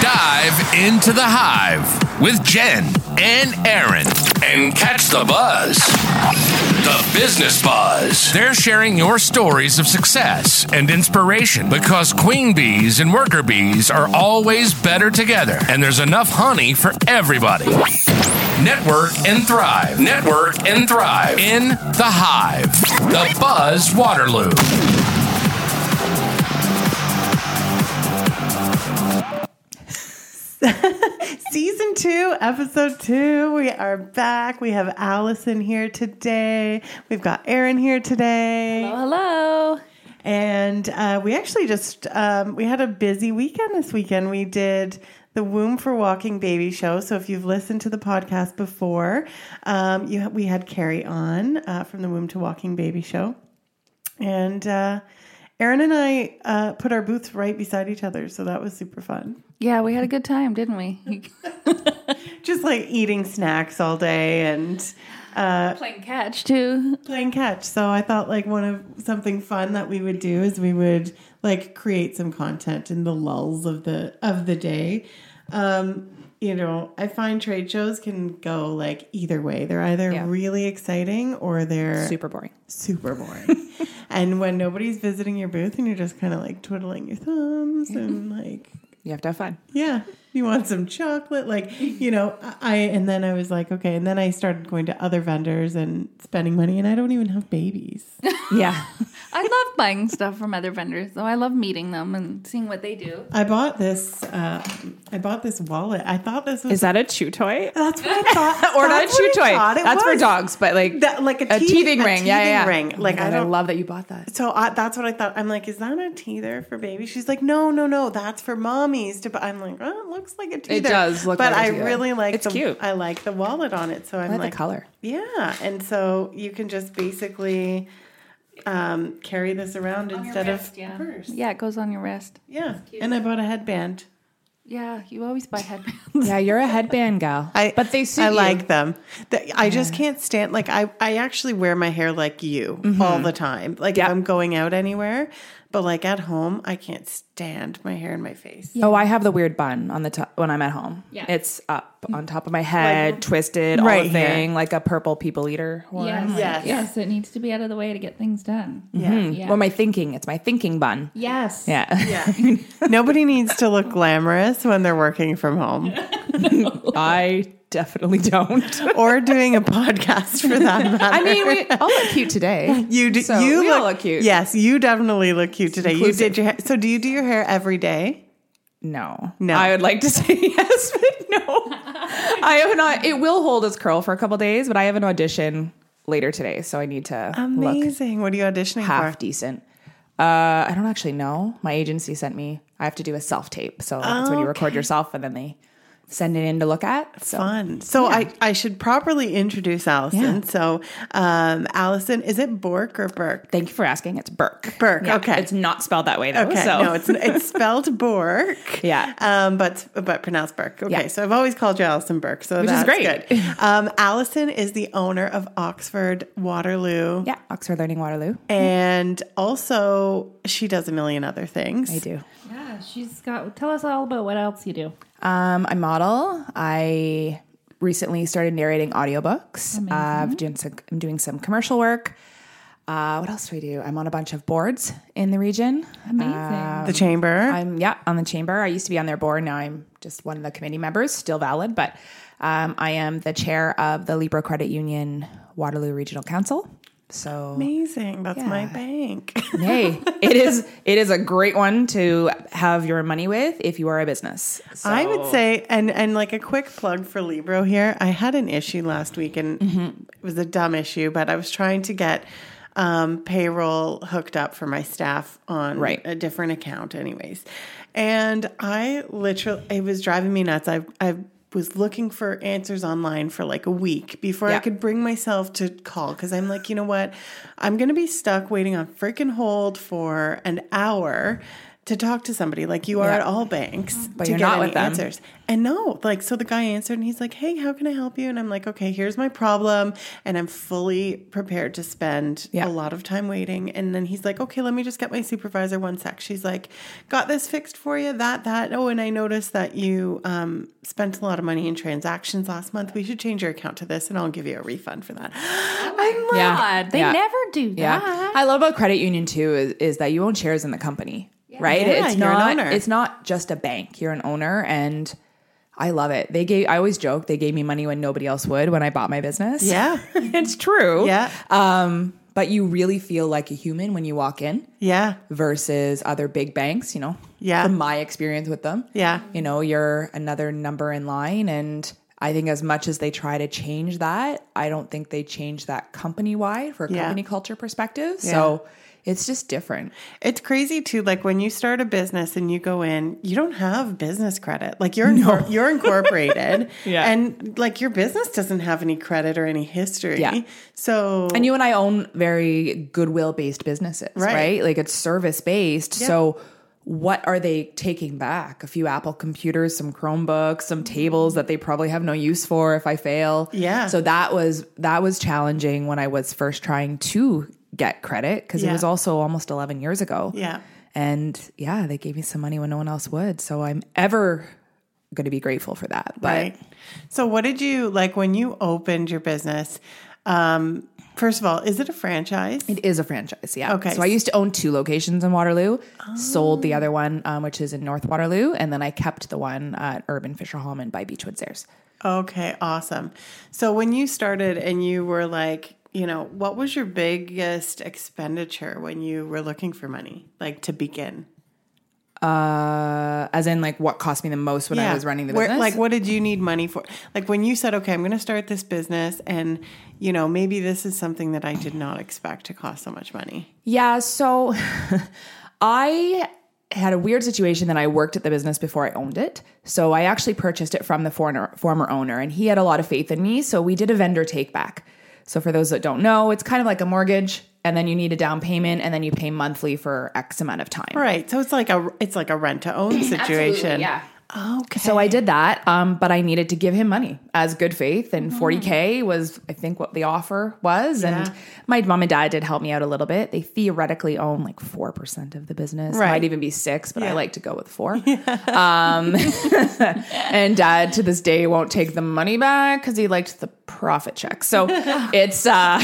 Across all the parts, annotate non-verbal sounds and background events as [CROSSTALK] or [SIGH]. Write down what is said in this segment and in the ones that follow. Dive into the hive with Jen and Aaron and catch the buzz. The business buzz. They're sharing your stories of success and inspiration because queen bees and worker bees are always better together, and there's enough honey for everybody. Network and thrive. Network and thrive. In the hive. The Buzz Waterloo. [LAUGHS] Season two, episode two. We are back. We have Allison here today. We've got Aaron here today. Hello. And uh, we actually just um, we had a busy weekend this weekend. We did the Womb for Walking Baby show. So if you've listened to the podcast before, um, you, we had Carrie on uh, from the Womb to Walking Baby show, and uh, Aaron and I uh, put our booths right beside each other. So that was super fun. Yeah, we had a good time, didn't [LAUGHS] we? Just like eating snacks all day and Playing catch [LAUGHS] too. playing catch. So I thought like one of something fun that we would do is we would like create some content in the lulls of the of the day. Um, you know, I find trade shows can go like either way. They're either Yeah. really exciting or they're Super boring. super boring. [LAUGHS] and when nobody's visiting your booth and you're just kind of like twiddling your thumbs and like You have to have fun. yeah you want some chocolate like you know i and then i was like okay and then i started going to other vendors and spending money and i don't even have babies Yeah. I love buying stuff from other vendors, though. I love meeting them and seeing what they do. i bought this uh, i bought this wallet i thought this was Is that a chew [LAUGHS] toy? that's what i thought [LAUGHS] Or not a that's chew what I toy. thought it That's for was. dogs, but like That- like a a teeth- teething a ring. yeah, yeah, teething yeah. ring. Oh my Like, I God, don't- love that you bought that. so I, that's what I thought. I'm like, is that a teether for baby? She's like, no, no, no, that's for mommies. To buy. I'm like, oh, it looks like a teether. does look but like a I teether. really like It's the, cute. I like the wallet on it, so I'm I like like, the color. Yeah, and so you can just basically um, carry this around instead wrist, of yeah. a purse. Yeah, it goes on your wrist. Yeah, and I bought a headband. Yeah, you always buy [LAUGHS] headbands. [LAUGHS] Yeah, you're a headband gal. I but they suit I you. like them. The- I just can't stand like I I actually wear my hair like you all the time. Like Mm-hmm. Yeah. if I'm going out anywhere, but like at home, I can't stand my hair in my face. Oh, I have the weird bun on the top when I'm at home. Yeah. It's up on top of my head, twisted, all right the here. thing, like a purple people eater. Or, yes. Yes. yes. it needs to be out of the way to get things done. Yeah. Yeah. Mm-hmm. Well, my thinking. It's my thinking bun. yes. Yeah. Hmm. Nobody needs to look glamorous when they're working from [LAUGHS] home [LAUGHS] I definitely don't. or doing a podcast for that [LAUGHS] matter. I mean, we all look cute today. you do, so you we look, all look cute. Yes, you definitely look cute today. You inclusive. did your hair. So do you do your hair every day? No. No. I would like to [LAUGHS] say yes, but no. [LAUGHS] I have not. It will hold its curl for a couple days, but I have an audition later today, so I need to look Amazing. What are you auditioning half for? decent. Uh, I don't actually know. My agency sent me. I have to do a self tape, so that's when you record yourself and then they send it in to look at. So Fun. So I, I should properly introduce Allison. So um, Allison, is it Bork or Burke? thank you for asking. It's Burke. Burke, Yeah, okay. It's not spelled that way though. Okay, so. no, it's it's [LAUGHS] spelled Bork. Yeah. um, but but pronounced Burke. Okay, Yeah. so I've always called you Allison Burke, so Which is that's great. good. Um, Allison is the owner of Oxford Waterloo, yeah, Oxford Learning Waterloo. and also she does a million other things. I do. Yeah, she's got. Tell us all about what else you do. Um, I model. I recently started narrating audiobooks. Uh, I've done some, I'm doing some commercial work. Uh, what else do we do? I'm on a bunch of boards in the region. Amazing. The chamber. I'm yeah on the chamber. I used to be on their board. Now I'm just one of the committee members, still valid, but um, I am the chair of the Libra Credit Union Waterloo Regional Council. So Amazing. That's my bank. [LAUGHS] hey, it is it is a great one to have your money with if you are a business. So, I would say, and and like a quick plug for Libro here. I had an issue last week, and Mm-hmm. it was a dumb issue, but I was trying to get um, payroll hooked up for my staff on Right. a different account, anyways. And I literally, it was driving me nuts. I I was looking for answers online for like a week before I Yeah. could bring myself to call because I'm like, you know what, I'm gonna be stuck waiting on freaking hold for an hour. to talk to somebody. Like you are Yeah. at all banks, But to you're get not any with them. Answers. And no, like so the guy answered and he's like, "Hey, how can I help you?" And I'm like, "Okay, here's my problem," and I'm fully prepared to spend a Yeah. lot of time waiting. And then he's like, "Okay, let me just get my supervisor one sec." She's like, "Got this fixed for you. That that. Oh, and I noticed that you um, spent a lot of money in transactions last month. We should change your account to this, and I'll give you a refund for that." [LAUGHS] I'm like, Yeah. God, they Yeah. never do that. Yeah. I love about credit union too is, is that you own shares in the company, right? Yeah, it's you're an not owner. it's not just a bank. You're an owner and I love it. They gave I always joke they gave me money when nobody else would when I bought my business. yeah, [LAUGHS] it's true. [LAUGHS] yeah, Um but you really feel like a human when you walk in yeah, versus other big banks, you know. Yeah. From my experience with them. yeah. You know, you're another number in line and I think as much as they try to change that, I don't think they change that company wide for a Yeah. company culture perspective. So it's just different. It's crazy too. Like when you start a business and you go in, you don't have business credit. Like you're incor- you're incorporated, [LAUGHS] Yeah. and like your business doesn't have any credit or any history. Yeah. So And you and I own very goodwill based businesses, Right. right. Like it's service based. So what are they taking back? A few Apple computers, some Chromebooks, some tables that they probably have no use for if I fail. Yeah. So that was that was challenging when I was first trying to get credit because Yeah. it was also almost 11 years ago. yeah, And yeah, they gave me some money when no one else would. So I'm ever going to be grateful for that. But right. So what did you like when you opened your business? Um, first of all, is it a franchise? It is a franchise, yeah. Okay. So I used to own two locations in Waterloo, sold the other one, um, which is in North Waterloo, and then I kept the one at Urban Fisher Hallman by Beechwood Stairs. Okay, awesome. So when you started and you were like, you know, what was your biggest expenditure when you were looking for money, like to begin? Uh, as in, like, what cost me the most when I was running the Where- business? like, what did you need money for? Like, when you said, okay, I'm going to start this business, and, you know, maybe this is something that I did not expect to cost so much money. Yeah, so [LAUGHS] I had a weird situation that I worked at the business before I owned it. So I actually purchased it from the foreigner, former owner, and he had a lot of faith in me. So we did a vendor take back. So for those that don't know, it's kind of like a mortgage, and then you need a down payment, and then you pay monthly for X amount of time. Right. So it's like a, it's like a rent to [CLEARS THROAT] own situation. Yeah. Okay. So I did that, um, but I needed to give him money as good faith, and 40k was, I think, what the offer was. Hmm. Yeah. And my mom and dad did help me out a little bit. They theoretically own like four percent of the business, Right. might even be six, but Yeah. I like to go with four. [LAUGHS] Um, [LAUGHS] and dad to this day won't take the money back because he liked the profit check. So [LAUGHS] it's uh,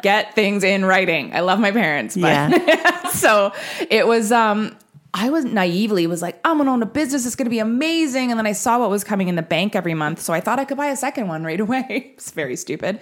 [LAUGHS] get things in writing. I love my parents, but [LAUGHS] Yeah. so it was um I was naively was like, I'm gonna own a business, it's gonna be amazing. And then I saw what was coming in the bank every month, so I thought I could buy a second one right [LAUGHS] away. it's very stupid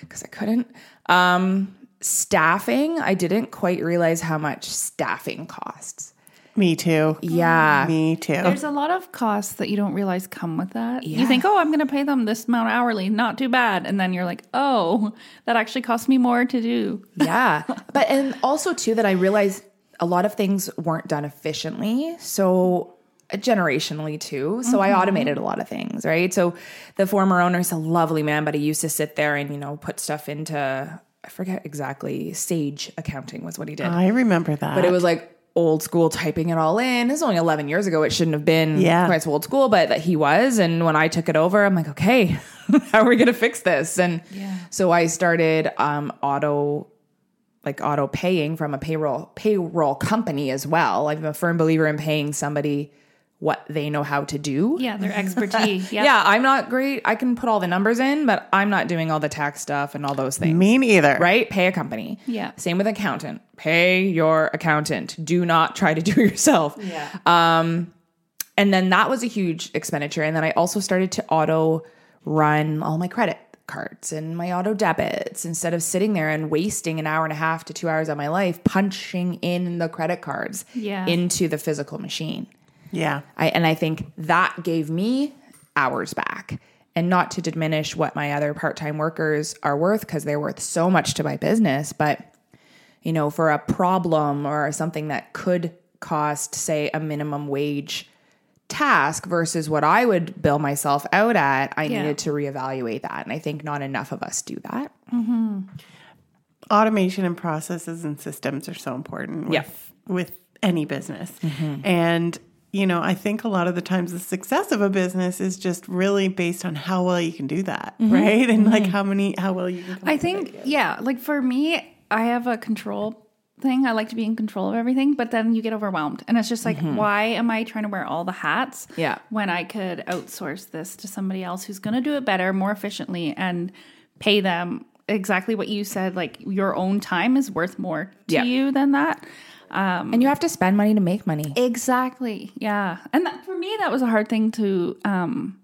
because I couldn't. Um staffing, I didn't quite realize how much staffing costs. Me too. Yeah. Me too. There's a lot of costs that you don't realize come with that. Yeah. You think, oh, I'm going to pay them this amount hourly, not too bad. And then you're like, oh, that actually cost me more to do. yeah. But and also too that I realized a lot of things weren't done efficiently. So uh, generationally too. So I automated a lot of things, right? So the former owner is a lovely man, but he used to sit there and, you know, put stuff into I forget exactly, Sage accounting was what he did. I remember that. But it was like old school typing it all in. This is only 11 years ago. It shouldn't have been Yeah. quite so old school, but that he was. And when I took it over, I'm like, okay, [LAUGHS] how are we going to fix this? And so I started um, auto like auto paying from a payroll payroll company as well. I'm a firm believer in paying somebody what they know how to do. Yeah, [LAUGHS] their expertise. Yeah. Yeah, I'm not great. I can put all the numbers in, but I'm not doing all the tax stuff and all those things me neither. right? Pay a company. Yeah. Same with accountant. Pay your accountant. Do not try to [LAUGHS] do it yourself. Yeah. Um, and then that was a huge expenditure. And then I also started to auto run all my credit cards and my auto debits instead of sitting there and wasting an hour and a half to two hours of my life punching in the credit cards Yeah. into the physical machine. Yeah. I, and I think that gave me hours back. And not to diminish what my other part time workers are worth because they're worth so much to my business. But, you know, for a problem or something that could cost, say, a minimum wage task versus what I would bill myself out at, I Yeah. needed to reevaluate that. And I think not enough of us do that. Automation and processes and systems are so important. With, Yeah. With any business. Mm-hmm. And, you know, I think a lot of the times the success of a business is just really based on how well you can do that, right? And like how many, how well you can. I think, yeah, like for me, I have a control thing. I like to be in control of everything, but then you get overwhelmed. And it's just like, why am I trying to wear all the hats Mm-hmm. Yeah. when I could outsource this to somebody else who's going to do it better, more efficiently, and pay them exactly what you said? Like, your own time is worth more to Yeah. you than that. And you have to spend money to make money. Exactly. Yeah. And that, for me, that was a hard thing to um,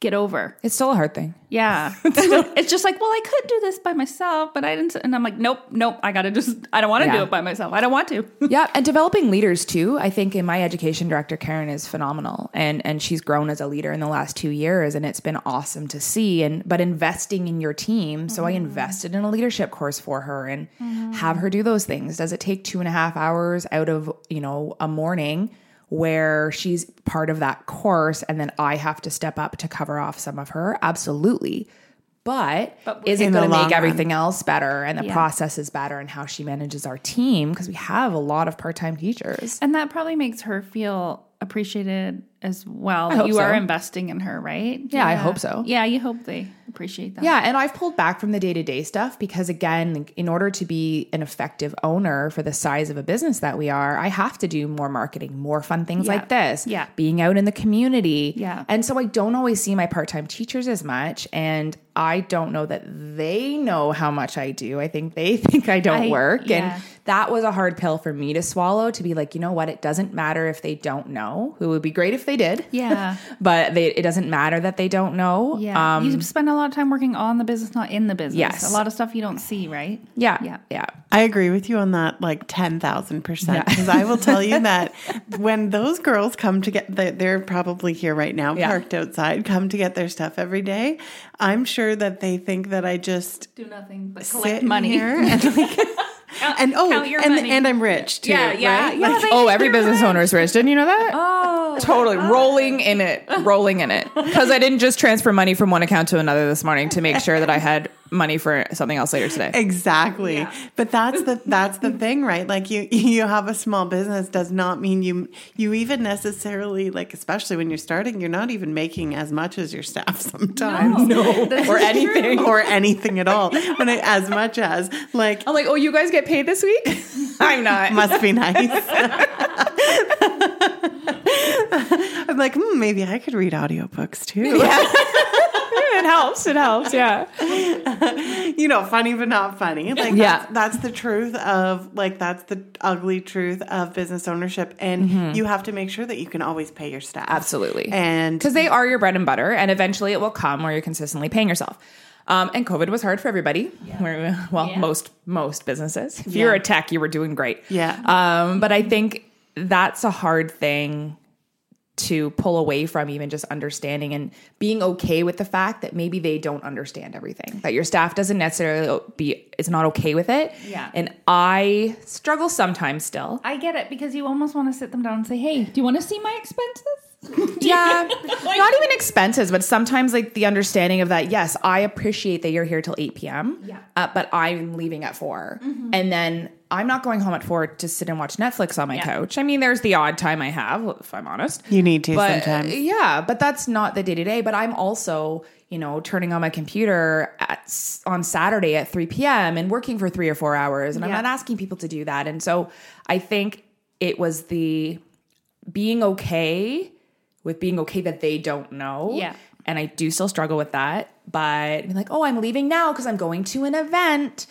get over. It's still a hard thing. [LAUGHS] Yeah. it's just like, well, I could do this by myself, but I didn't. And I'm like, nope, nope. I got to just, I don't want to Yeah. do it by myself. I don't want to. [LAUGHS] [LAUGHS] yeah, and developing leaders too. I think in my education director Karen is phenomenal and and she's grown as a leader in the last 2 years and it's been awesome to see and but investing in your team. So I Mm-hmm. invested in a leadership course for her and have her do those things. Does it take two and a half hours out of, you know, a morning where she's part of that course and then I have to step up to cover off some of her? Absolutely. But, is it in the going to long make run. everything else better and the process is better and how she manages our team because we have a lot of part-time teachers And that probably makes her feel appreciated as well. that hope you are so. investing in her, right? Yeah, I hope so. Yeah. You hope they appreciate that. yeah and i've pulled back from the day-to-day stuff because again in order to be an effective owner for the size of a business that we are i have to do more marketing more fun things Yeah. like this Yeah. being out in the community Yeah. and so i don't always see my part-time teachers as much and i don't know that they know how much i do i think they [LAUGHS] think i don't I- work yeah. and that was a hard pill for me to swallow to be like, you know what? It doesn't matter if they don't know. It would be great if they did. Yeah. [LAUGHS] But they, it doesn't matter that they don't know. Yeah. Um, you spend a lot of time working on the business, not in the business. Yes. A lot of stuff you don't see, right? yeah. Yeah. Yeah. Yeah. I agree with you on that, like ten thousand percent. [LAUGHS] Because I will tell you that when those girls come to get, they- they're probably here right now, Yeah. parked outside, come to get their stuff every day. I'm sure that they think that I just Do nothing but sit collect in money. [LAUGHS] here and like, and oh, count your and money. and I'm rich too. Yeah, yeah, right? yeah, Like, they- Oh, every business right. owner is rich. Didn't you know that? Oh. Totally rolling in it, rolling in it. Because I didn't just transfer money from one account to another this morning to make sure that I had money for something else later today. Exactly. But that's the that's the thing, right? Like you you have a small business does not mean you you even necessarily like especially when you're starting, you're not even making as much as your staff [LAUGHS] sometimes. That's or true. anything. or anything at all. When I, as much as like I'm like, oh, you guys get paid this week? [LAUGHS] I'm not. must be nice. [LAUGHS] I'm like, hmm, maybe I could read audiobooks too. [LAUGHS] it helps. It helps. Yeah. you know, funny but not funny. Like, Yeah. that's, that's the truth of like that's the ugly truth of business ownership, and you have to make sure that you can always pay your staff. Mm-hmm. Absolutely. and because they are your bread and butter, and eventually it will come where you're consistently paying yourself. Um, and COVID was hard for everybody. Where- Well, Yeah. most most businesses. If you're Yeah. a tech, you were doing great. Yeah. Um, but I think that's a hard thing to pull away from even just understanding and being okay with the fact that maybe they don't understand everything that your staff doesn't necessarily be it's not okay with it Yeah. and i struggle sometimes still I get it because you almost want to sit them down and say, hey, do you want to see my expenses? [LAUGHS] Yeah. Not even expenses, but sometimes like the understanding of that, yes, I appreciate that you're here till 8 p.m. Yeah. Mm-hmm. Uh, but I'm leaving at 4. And then I'm not going home at 4 to sit and watch Netflix on my couch. I mean, there's the odd time I have, if I'm honest. you need to But sometimes. yeah, but that's not the day to day. But I'm also, you know, turning on my computer at, s- on Saturday at 3 p.m. and working for three or four hours. And I'm Yeah. not asking people to do that. And so I think it was the being okay with being okay that they don't know. Yeah. And I do still struggle with that. But being like, oh, I'm leaving now because I'm going to an event.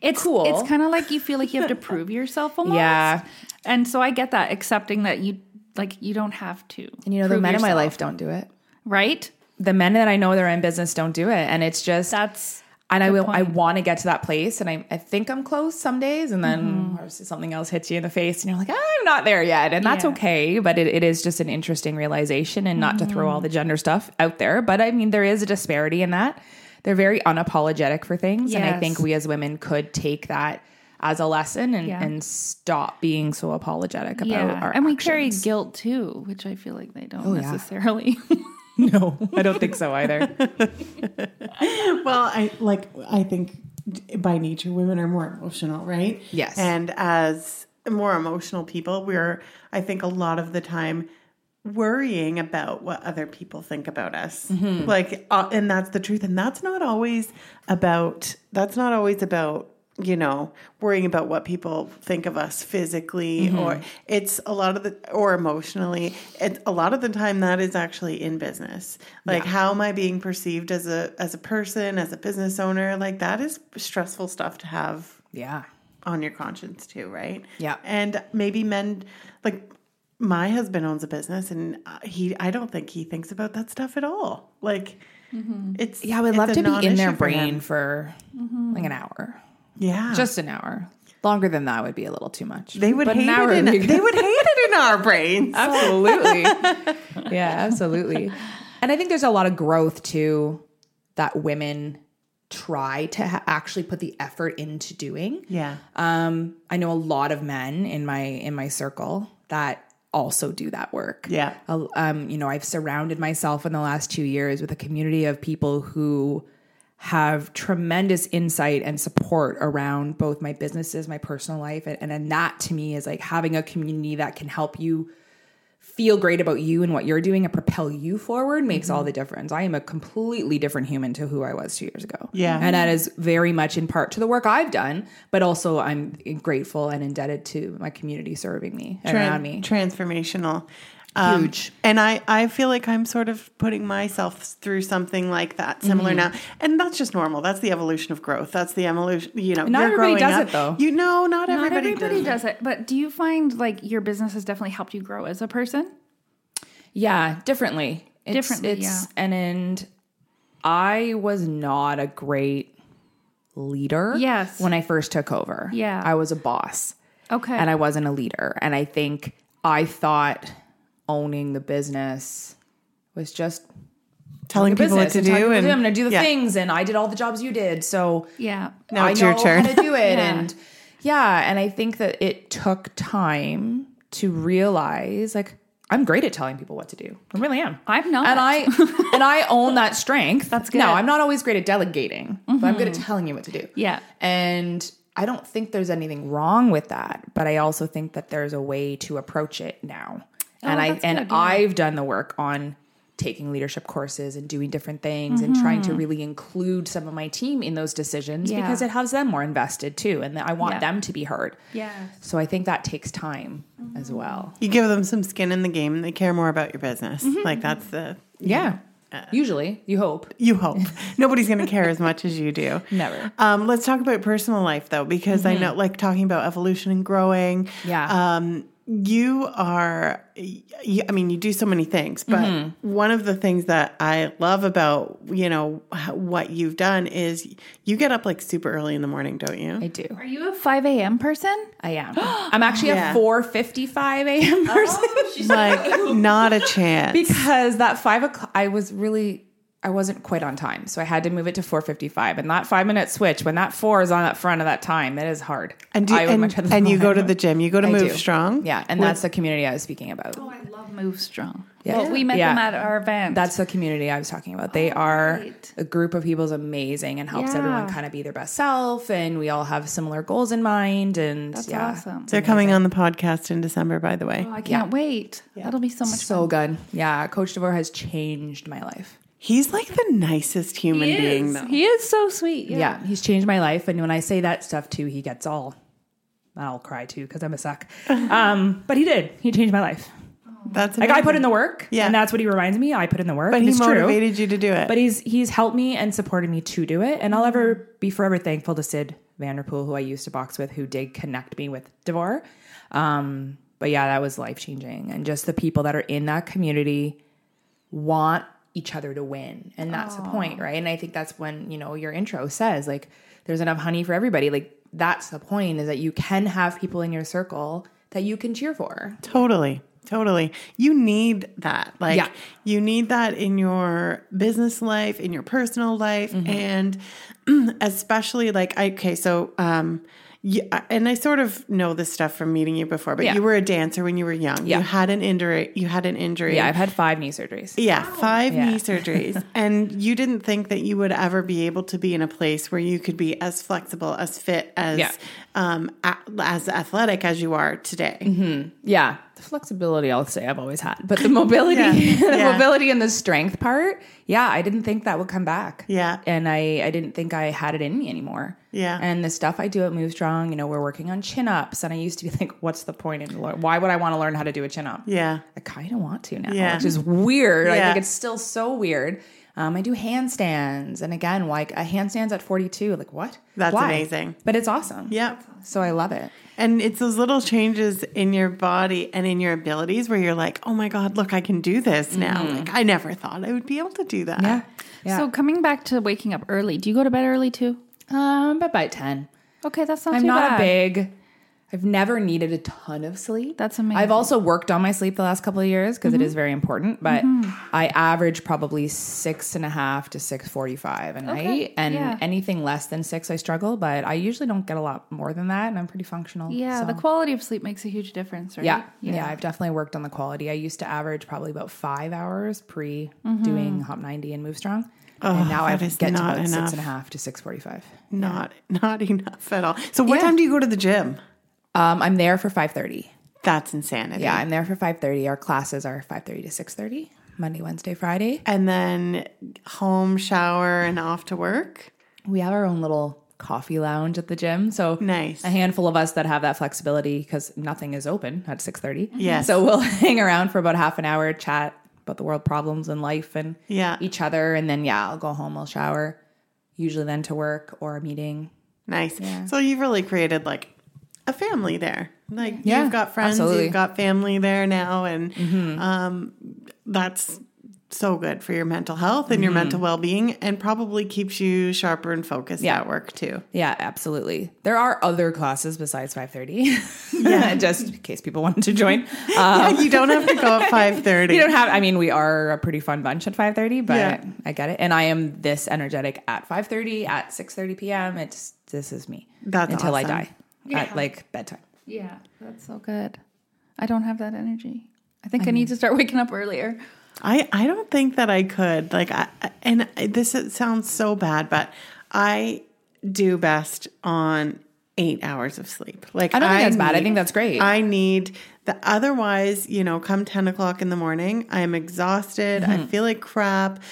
It's Cool. It's kind of like you feel like you have [LAUGHS] to prove yourself almost. Yeah. And so I get that, accepting that you like you don't have to. And you know, the prove men in my yourself, life don't do it. right? The men that I know that are in business don't do it. And it's just That's and I will, I want to get to that place, and I, I think I'm close some days, and then Mm-hmm. obviously something else hits you in the face, and you're like, I'm not there yet, and that's Yeah. okay. But it, it is just an interesting realization, and not to throw Mm-hmm. all the gender stuff out there, but I mean there is a disparity in that. They're very unapologetic for things, and I Yes. think we as women could take that as a lesson and, Yeah. and stop being so apologetic about yeah. our and we carry actions. Oh, guilt too, which I feel like they don't yeah. [LAUGHS] necessarily. No, I don't think so either. [LAUGHS] well, I like I think by nature women are more emotional, right? Yes. and as more emotional people, we're, I think, a lot of the time worrying about what other people think about us. Like, uh, and that's the truth. And that's not always about, that's not always about, you know, worrying about what people think of us physically or it's a lot of the, or emotionally. It's a lot of the time that is actually in business. Like, how am I being perceived as a, as a person, as a business owner? Like, that is stressful stuff to have Yeah. on your conscience too, right? Yeah. And maybe men like my husband owns a business and uh, he I don't think he thinks about that stuff at all. Like it's Mm-hmm. Yeah, I would it's love a to be in their non-issue for him. brain for, Mm-hmm. like an hour. Yeah. Just an hour. Longer than that would be a little too much. they would But hate an hour it in would be good. they would hate it in our [LAUGHS] brains. absolutely. [LAUGHS] yeah, absolutely. And I think there's a lot of growth too that women try to ha- actually put the effort into doing. yeah. Um, I know a lot of men in my in my circle that also do that work. Yeah. A- Um, you know, I've surrounded myself in the last two years with a community of people who have tremendous insight and support around both my businesses, my personal life, and, and, and that to me is like having a community that can help you feel great about you and what you're doing and propel you forward makes all the difference. I am a completely different human to who I was two years ago. Yeah. And that is very much in part to the work I've done, but also I'm grateful and indebted to my community serving me and Tran- around me. Transformational. Um, Huge. And I, I feel like I'm sort of putting myself through something like that similar Mm-hmm. now. And that's just normal. That's the evolution of growth. That's the evolution, you know. Not you're growing everybody does up. it, though. You know, not Not everybody, everybody does. does it, but do you find like your business has definitely helped you grow as a person? Yeah, differently. It's, Differently, It's, yeah. And and I was not a great leader. Yes. When I first took over. Yeah. I was a boss. Okay. And I wasn't a leader. And I think I thought owning the business was just Telling people what business to and telling do. people And, I'm going to do the yeah. things, and I did all the jobs you did, so yeah. Now I it's know your turn. how [LAUGHS] to do it. Yeah. And yeah, and I think that it took time to realize like I'm great at telling people what to do. I really am. I'm not. [LAUGHS] And I and I own that strength. That's good. Mm-hmm. No, I'm not always great at delegating, but I'm good at telling you what to do. Yeah. And I don't think there's anything wrong with that, but I also think that there's a way to approach it now. and I Oh, that's and good, yeah. I've done the work on taking leadership courses and doing different things and trying to really include some of my team in those decisions Yeah. because it has them more invested too and I want Yeah. them to be heard. Yeah. So I think that takes time as well. you give them some skin in the game and they care more about your business Mm-hmm, like that's the Yeah. Uh, Usually, you hope. you hope [LAUGHS] nobody's going to care as much as you do Never. Mm-hmm. um, let's talk about personal life though because i know like talking about evolution and growing Yeah. um, you are y- y- i mean you do so many things but Mm-hmm. one of the things that i love about you know h- what you've done is you get up like super early in the morning don't you I do. Are you a 5 a.m. person? I am. I'm actually [GASPS] Yeah. a 4:55 a.m. person. like not a chance because that five o'clock i was really i wasn't quite on time so i had to move it to 4.55 and that five minute switch when that four is on up front of that time that is hard and, do, I would and, much rather and not you go have to it. the gym you go to I move do. strong yeah and that's the community i was speaking about Oh, I love Move Strong. Yeah. Well, we met Yeah. them at our event. that's the community i was talking about Oh, they are right. a group of people is amazing and helps everyone Yeah. kind of be their best self and we all have similar goals in mind and That's yeah awesome. They're coming on the podcast in December, by the way. Oh, I can't wait. That'll be so much so good yeah coach devore has changed my life He's like the nicest human He being, is. though. He is so sweet. Yeah. yeah, he's changed my life. And when I say that stuff too, he gets all. I'll cry too because I'm a suck. Um, but he did. He changed my life. That's Like I put in the work, Yeah. and that's what he reminds me. I put in the work, but and he it's True. motivated you to do it. Mm-hmm. But he's he's helped me and supported me to do it, and I'll ever be forever thankful to Sid Vanderpool, who I used to box with, who did connect me with Devore. Um, but yeah, that was life changing, and just the people that are in that community want each other to win, and that's the point, right? And I think that's when you know your intro says like, "There's enough honey for everybody." Like that's the point is that you can have people in your circle that you can cheer for. totally, totally. You need that. Like Yeah. you need that in your business life, [CLEARS THROAT] Mm-hmm. in your personal life, and especially like I, okay, so um, you, and I sort of know this stuff from meeting you before, but Yeah. you were a dancer when you were young. Yeah. You had an injury. You had an injury. Yeah, I've had five knee surgeries. Yeah, five Yeah. knee [LAUGHS] surgeries. and you didn't think that you would ever be able to be in a place where you could be as flexible, as fit, as Yeah. um, a- as athletic as you are today. Mm-hmm. Yeah, the flexibility I'll say I've always had, but the mobility, Yeah. [LAUGHS] the Yeah. mobility and the strength part. Yeah, I didn't think that would come back. Yeah. and I I didn't think I had it in me anymore. Yeah. and the stuff I do at Move Strong, you know, we're working on chin ups, and I used to be [LAUGHS] like, what's the point in lear- why would I want to learn how to do a chin up? Yeah. I kind of want to now, Yeah. which is weird. I Yeah. think it's still so weird. Um, I do handstands, and again, like a handstands at 42, like what? That's amazing. But it's awesome. Yep. So I love it. And it's those little changes in your body and in your abilities where you're like, oh my God, look, I can do this now. Like, I never thought I would be able to do that. Mm-hmm. Yeah. Yeah. So coming back to waking up early, do you go to bed early too? um, but by 10, Okay, that's not I'm too not bad. a big. I've never needed a ton of sleep. That's amazing. Mm-hmm. I've also worked on my sleep the last couple of years because is very important. But I average probably six and a half to six forty-five a night, and yeah. anything less than six, I struggle. But I usually don't get a lot more than that, and I'm pretty functional. Yeah, so- the quality of sleep makes a huge difference, right? yeah, yeah, I've definitely worked on the quality. I used to average probably about five hours pre Mm-hmm. doing Hop 90 and Move Strong, and now I Oh, that is get to not about six enough. and a half to six forty-five. Not not [LAUGHS] enough at all. So what Yeah. time do you go to the gym? Um, I'm there for five thirty. That's insanity. Yeah, I'm there for 5:30. Our classes are 5:30 to 6:30, Monday, Wednesday, Friday. And then home, shower, and off to work. We have our own little coffee lounge at the gym. So Nice. A handful of us that have that flexibility cuz nothing is open at 6:30. Yes. So we'll [LAUGHS] hang around for about half an hour, chat about the world problems and life and Yeah. each other and then yeah, I'll go home, I'll shower, usually then to work or a meeting. Nice. So you've really created like a family there. Like Yeah, you've got friends, absolutely. Mm-hmm. you've got family there now, and um, that's so good for your mental health and Mm-hmm. your mental well being, and probably keeps you sharper and focused Yeah. at work [LAUGHS] too. Yeah, absolutely. There are other classes besides [LAUGHS] 5:30. Yeah, just in case people wanted to join. you don't have to go at [LAUGHS] five thirty. Um. You don't have. I mean, we are a pretty fun bunch at five thirty, but Yeah. I get it. And I am this energetic at five thirty, at six thirty p.m. It's this is me. That's until awesome. I die at like bedtime. Yeah, that's so good. I don't have that energy. I think I, need to start [LAUGHS] waking up earlier. I, I don't think that I could. Like, I, I- and I- this it sounds so bad, but I do best on eight hours of sleep. Like, I don't think that's bad. I need- think that's great. I need the otherwise, you know, come 10 o'clock in the morning, I am exhausted. Mm-hmm. I feel like crap.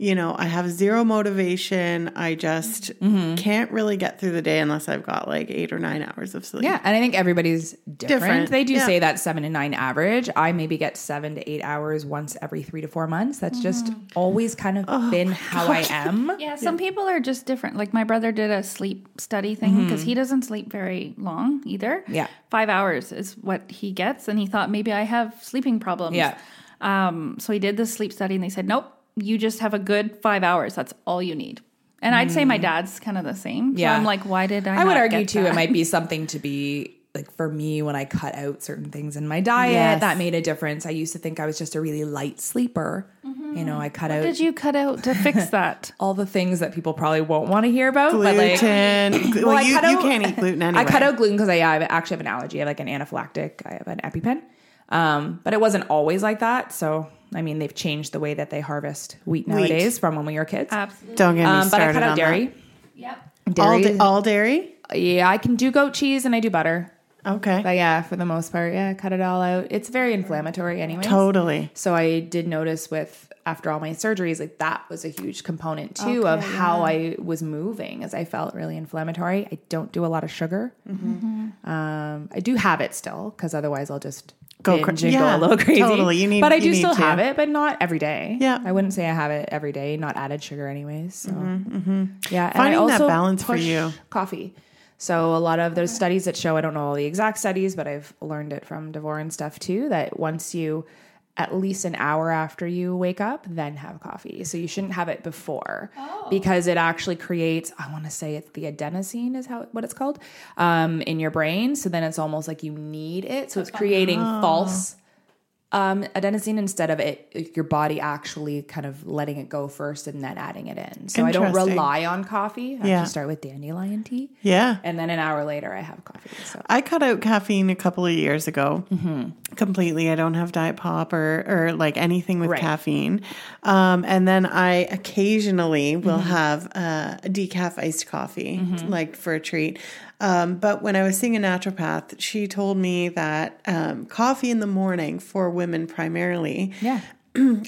You know, I have zero motivation. I just Mm-hmm. can't really get through the day unless I've got like eight or nine hours of sleep. Yeah, and I think everybody's different. Different, They do yeah. say that seven to nine average. I maybe get seven to eight hours once every three to four months. That's Mm. just always kind of Oh been how I am. Yeah, some people are just different. Like my brother did a sleep study thing because he doesn't sleep very long either. Mm-hmm. Yeah. Five hours is what he gets. And he thought maybe I have sleeping problems. Yeah. Um, so he did this sleep study and they said, nope, you just have a good five hours. That's all you need. And I'd say my dad's kind of the same. So Mm. Yeah. I'm like, why did I? I would not argue get too. that? It might be something to be like for me when I cut out certain things in my diet Yes. that made a difference. I used to think I was just a really light sleeper. You know, I cut out Did you cut out to [LAUGHS] fix that? all the things that people probably won't want to hear about. Gluten. But like, [CLEARS THROAT] glu- I you, cut you out- can't [LAUGHS] eat gluten anyway. [LAUGHS] I cut out gluten because I, I actually have an allergy. I have like an anaphylactic. I have an EpiPen. Um, but it wasn't always like that. So I mean, they've changed the way that they harvest wheat nowadays from when we were kids. Absolutely. Don't get me Um, but started I cut on out dairy. That. Yep. All, uh, Dairy. da- all dairy? yeah, I can do goat cheese and I do butter. Okay. But yeah, for the most part, yeah, cut it all out. It's very inflammatory anyway. totally. So I did notice with after all my surgeries, like that was a huge component too of how I was moving as I felt really inflammatory. I don't do a lot of sugar. Mm-hmm. Um, I do have it still because otherwise I'll just Go go cra- binge and yeah, go a little [LAUGHS] crazy. totally. You need- but I you do need still to. have it, but not every day. Yeah. Mm-hmm. I wouldn't say I have it every day. Not added sugar, anyways. So yeah, and I Finding that also balance for push you. Coffee. So a lot of there's studies that show I don't know all the exact studies, but I've learned it from Devore and stuff too that once you at least an hour after you wake up, then have coffee. So you shouldn't have it before because it actually creates. I want to say it's the adenosine is how what it's called Oh. um, in your brain. So then it's almost like you need it. So it's creating false Um, adenosine instead of it, your body actually kind of letting it go first and then adding it in. So I don't Interesting. rely on coffee. I Yeah. just start with dandelion tea. Yeah. And then an hour later, I have coffee. So I cut out caffeine a couple of years ago completely. I don't have diet pop or, or like anything with Right. caffeine. Um, and then I occasionally will have uh, a decaf iced coffee, like for a treat. Um, but when I was seeing a naturopath, she told me that um, coffee in the morning for women primarily yeah,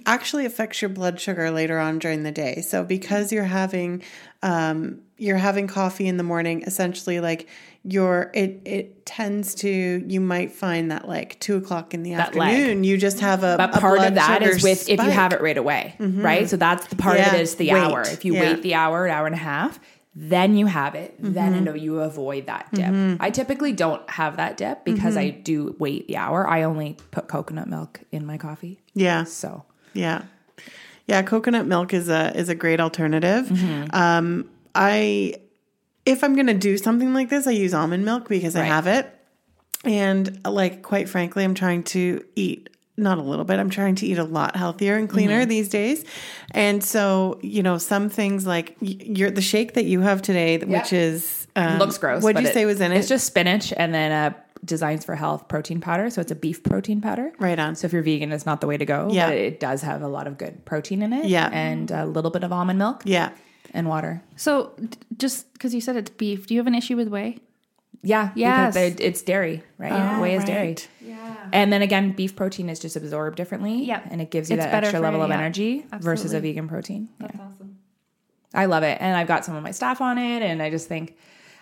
actually affects your blood sugar later on during the day. So because you're having um, you're having coffee in the morning, essentially like your it it tends to you might find that like two o'clock in the That lag. afternoon you just have a but a part blood of that sugar is with if you spike. Mm-hmm. have it right away, right? So that's the part of Yeah. it is the Wait. hour. If you Yeah. wait the hour, an hour and a half, then you have it. Then Mm-hmm. you know you avoid that dip. I typically don't have that dip because Mm-hmm. I do wait the hour. I only put coconut milk in my coffee. yeah So Yeah. Yeah, coconut milk is a is a great alternative. Mm-hmm. Um I if I'm going to do something like this, I use almond milk because I Right. have it. And like quite frankly, I'm trying to eat not a little bit. I'm trying to eat a lot healthier and cleaner Mm-hmm. these days. And so, you know, some things like y- your the shake that you have today which is um, looks gross. What but would you it- say was in it? It's just spinach and then a Designs for Health protein powder. So it's a beef protein powder. Right on. So if you're vegan, it's not the way to go. Yeah. But it does have a lot of good protein in it. Yeah. And a little bit of almond milk yeah. and water. So d- just because you said it's beef, do you have an issue with whey? Yeah. Yes. Because they- it's dairy, right? Whey is dairy. Oh, right. Yeah. And then again, beef protein is just absorbed differently. Yep. And it gives you It's that better extra for level you, of yeah. energy versus a Absolutely. vegan protein. That's awesome. I love it. And I've got some of my staff on it. And I just think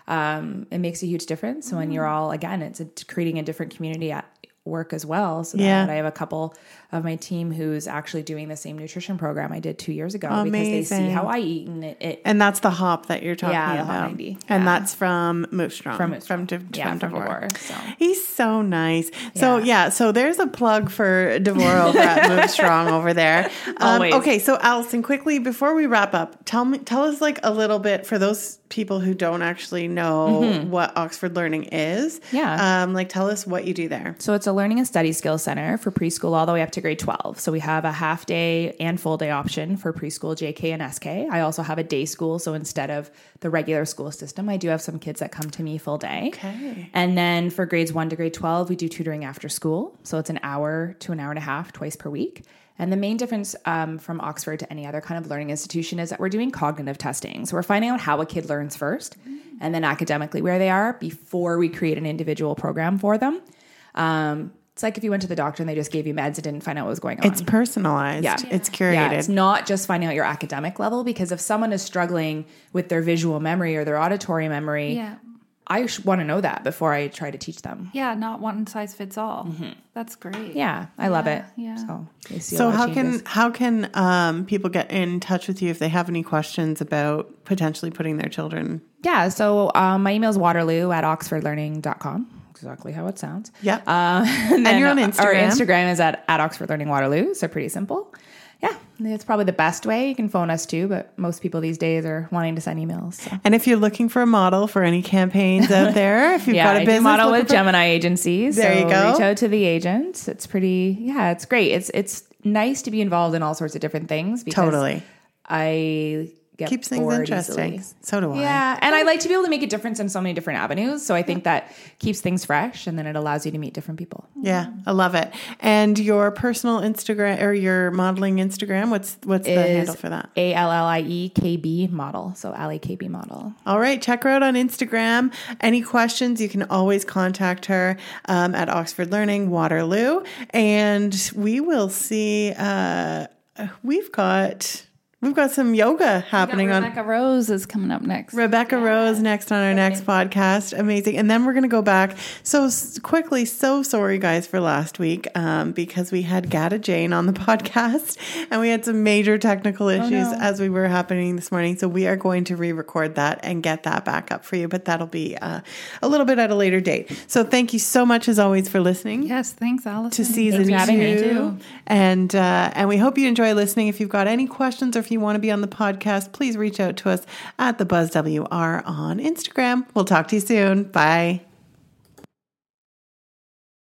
um, it makes a huge difference Mm-hmm. when you're all, again, it's a, creating a different community at work as well. So Yeah. that I have a couple of my team who's actually doing the same nutrition program I did two years ago because they Amazing. see how I eat and it, it And that's the hop that you're talking Yeah, the hop about. 90. And that's from Moostrom. From Moose from, Strong. Div- Yeah, from from Devore. Devore, so. He's so nice. So Yeah. yeah, so there's a plug for Devore over [LAUGHS] at Move Strong over there. Um, Always. okay, so Allison, quickly before we wrap up, tell me tell us like a little bit for those people who don't actually know what Oxford Learning is. Mm-hmm. Yeah. Um, like tell us what you do there. So it's a learning and study skills center for preschool all the way up to grade 12. So we have a half day and full day option for preschool JK and SK. I also have a day school. So instead of the regular school system, I do have some kids that come to me full day. Okay. And then for grades one to grade 12, we do tutoring after school. So it's an hour to an hour and a half twice per week. And the main difference um, from Oxford to any other kind of learning institution is that we're doing cognitive testing. So we're finding out how a kid learns first and then academically where they are before we create an individual program for them. Um, it's like if you went to the doctor and they just gave you meds and didn't find out what was going on. It's personalized. Yeah. It's Yeah, curated. it's not just finding out your academic level because if someone is struggling with their visual memory or their auditory memory, Yeah. I sh- want to know that before I try to teach them. Yeah, not one size fits all. Mm-hmm. That's great. Yeah, I love it. yeah. So, you see a so lot of how changes. can how can um, people get in touch with you if they have any questions about potentially putting their children yeah? So um, my email is waterloo at oxfordlearning.com. Exactly how it sounds. Yep. Uh, [LAUGHS] and, you're on Our Instagram. Instagram is at, at Oxford Learning Waterloo. So pretty simple. Yeah, it's probably the best way. You can phone us too, but most people these days are wanting to send emails. So. And if you're looking for a model for any campaigns [LAUGHS] out there, if you've yeah, got a I do business model looking with for- Gemini agencies. There so you go. Reach out to the agents. It's pretty. Yeah, it's great. It's it's nice to be involved in all sorts of different things. [LAUGHS] Because totally I get keeps things bored interesting. easily. So do I. Yeah, and I like to be able to make a difference in so many different avenues. So I think that keeps things fresh, and then it allows you to meet different people. Yeah, I love it. And your personal Instagram or your modeling Instagram, what's what's the handle for that? A L L I E K B model, so Allie K B model. All right, check her out on Instagram. Any questions, you can always contact her um, at Oxford Learning Waterloo. And we will see. Uh, we've got we've got some yoga happening on Rebecca Rose is coming up next. Rebecca Rose next on our next podcast. Amazing. And then we're going to go back. So s- quickly, so sorry guys for last week um, because we had Gata Jane on the [LAUGHS] podcast and we had some major technical issues as we were happening this morning. So we are going to re-record that and get that back up for you, but that'll be uh, a little bit at a later date. So thank you so much as always for listening yes, thanks, Allison. to season for having me. two. And uh, and we hope you enjoy listening. If you've got any questions or if you want to be on the podcast, please reach out to us at the Buzz WR on Instagram. We'll talk to you soon. Bye.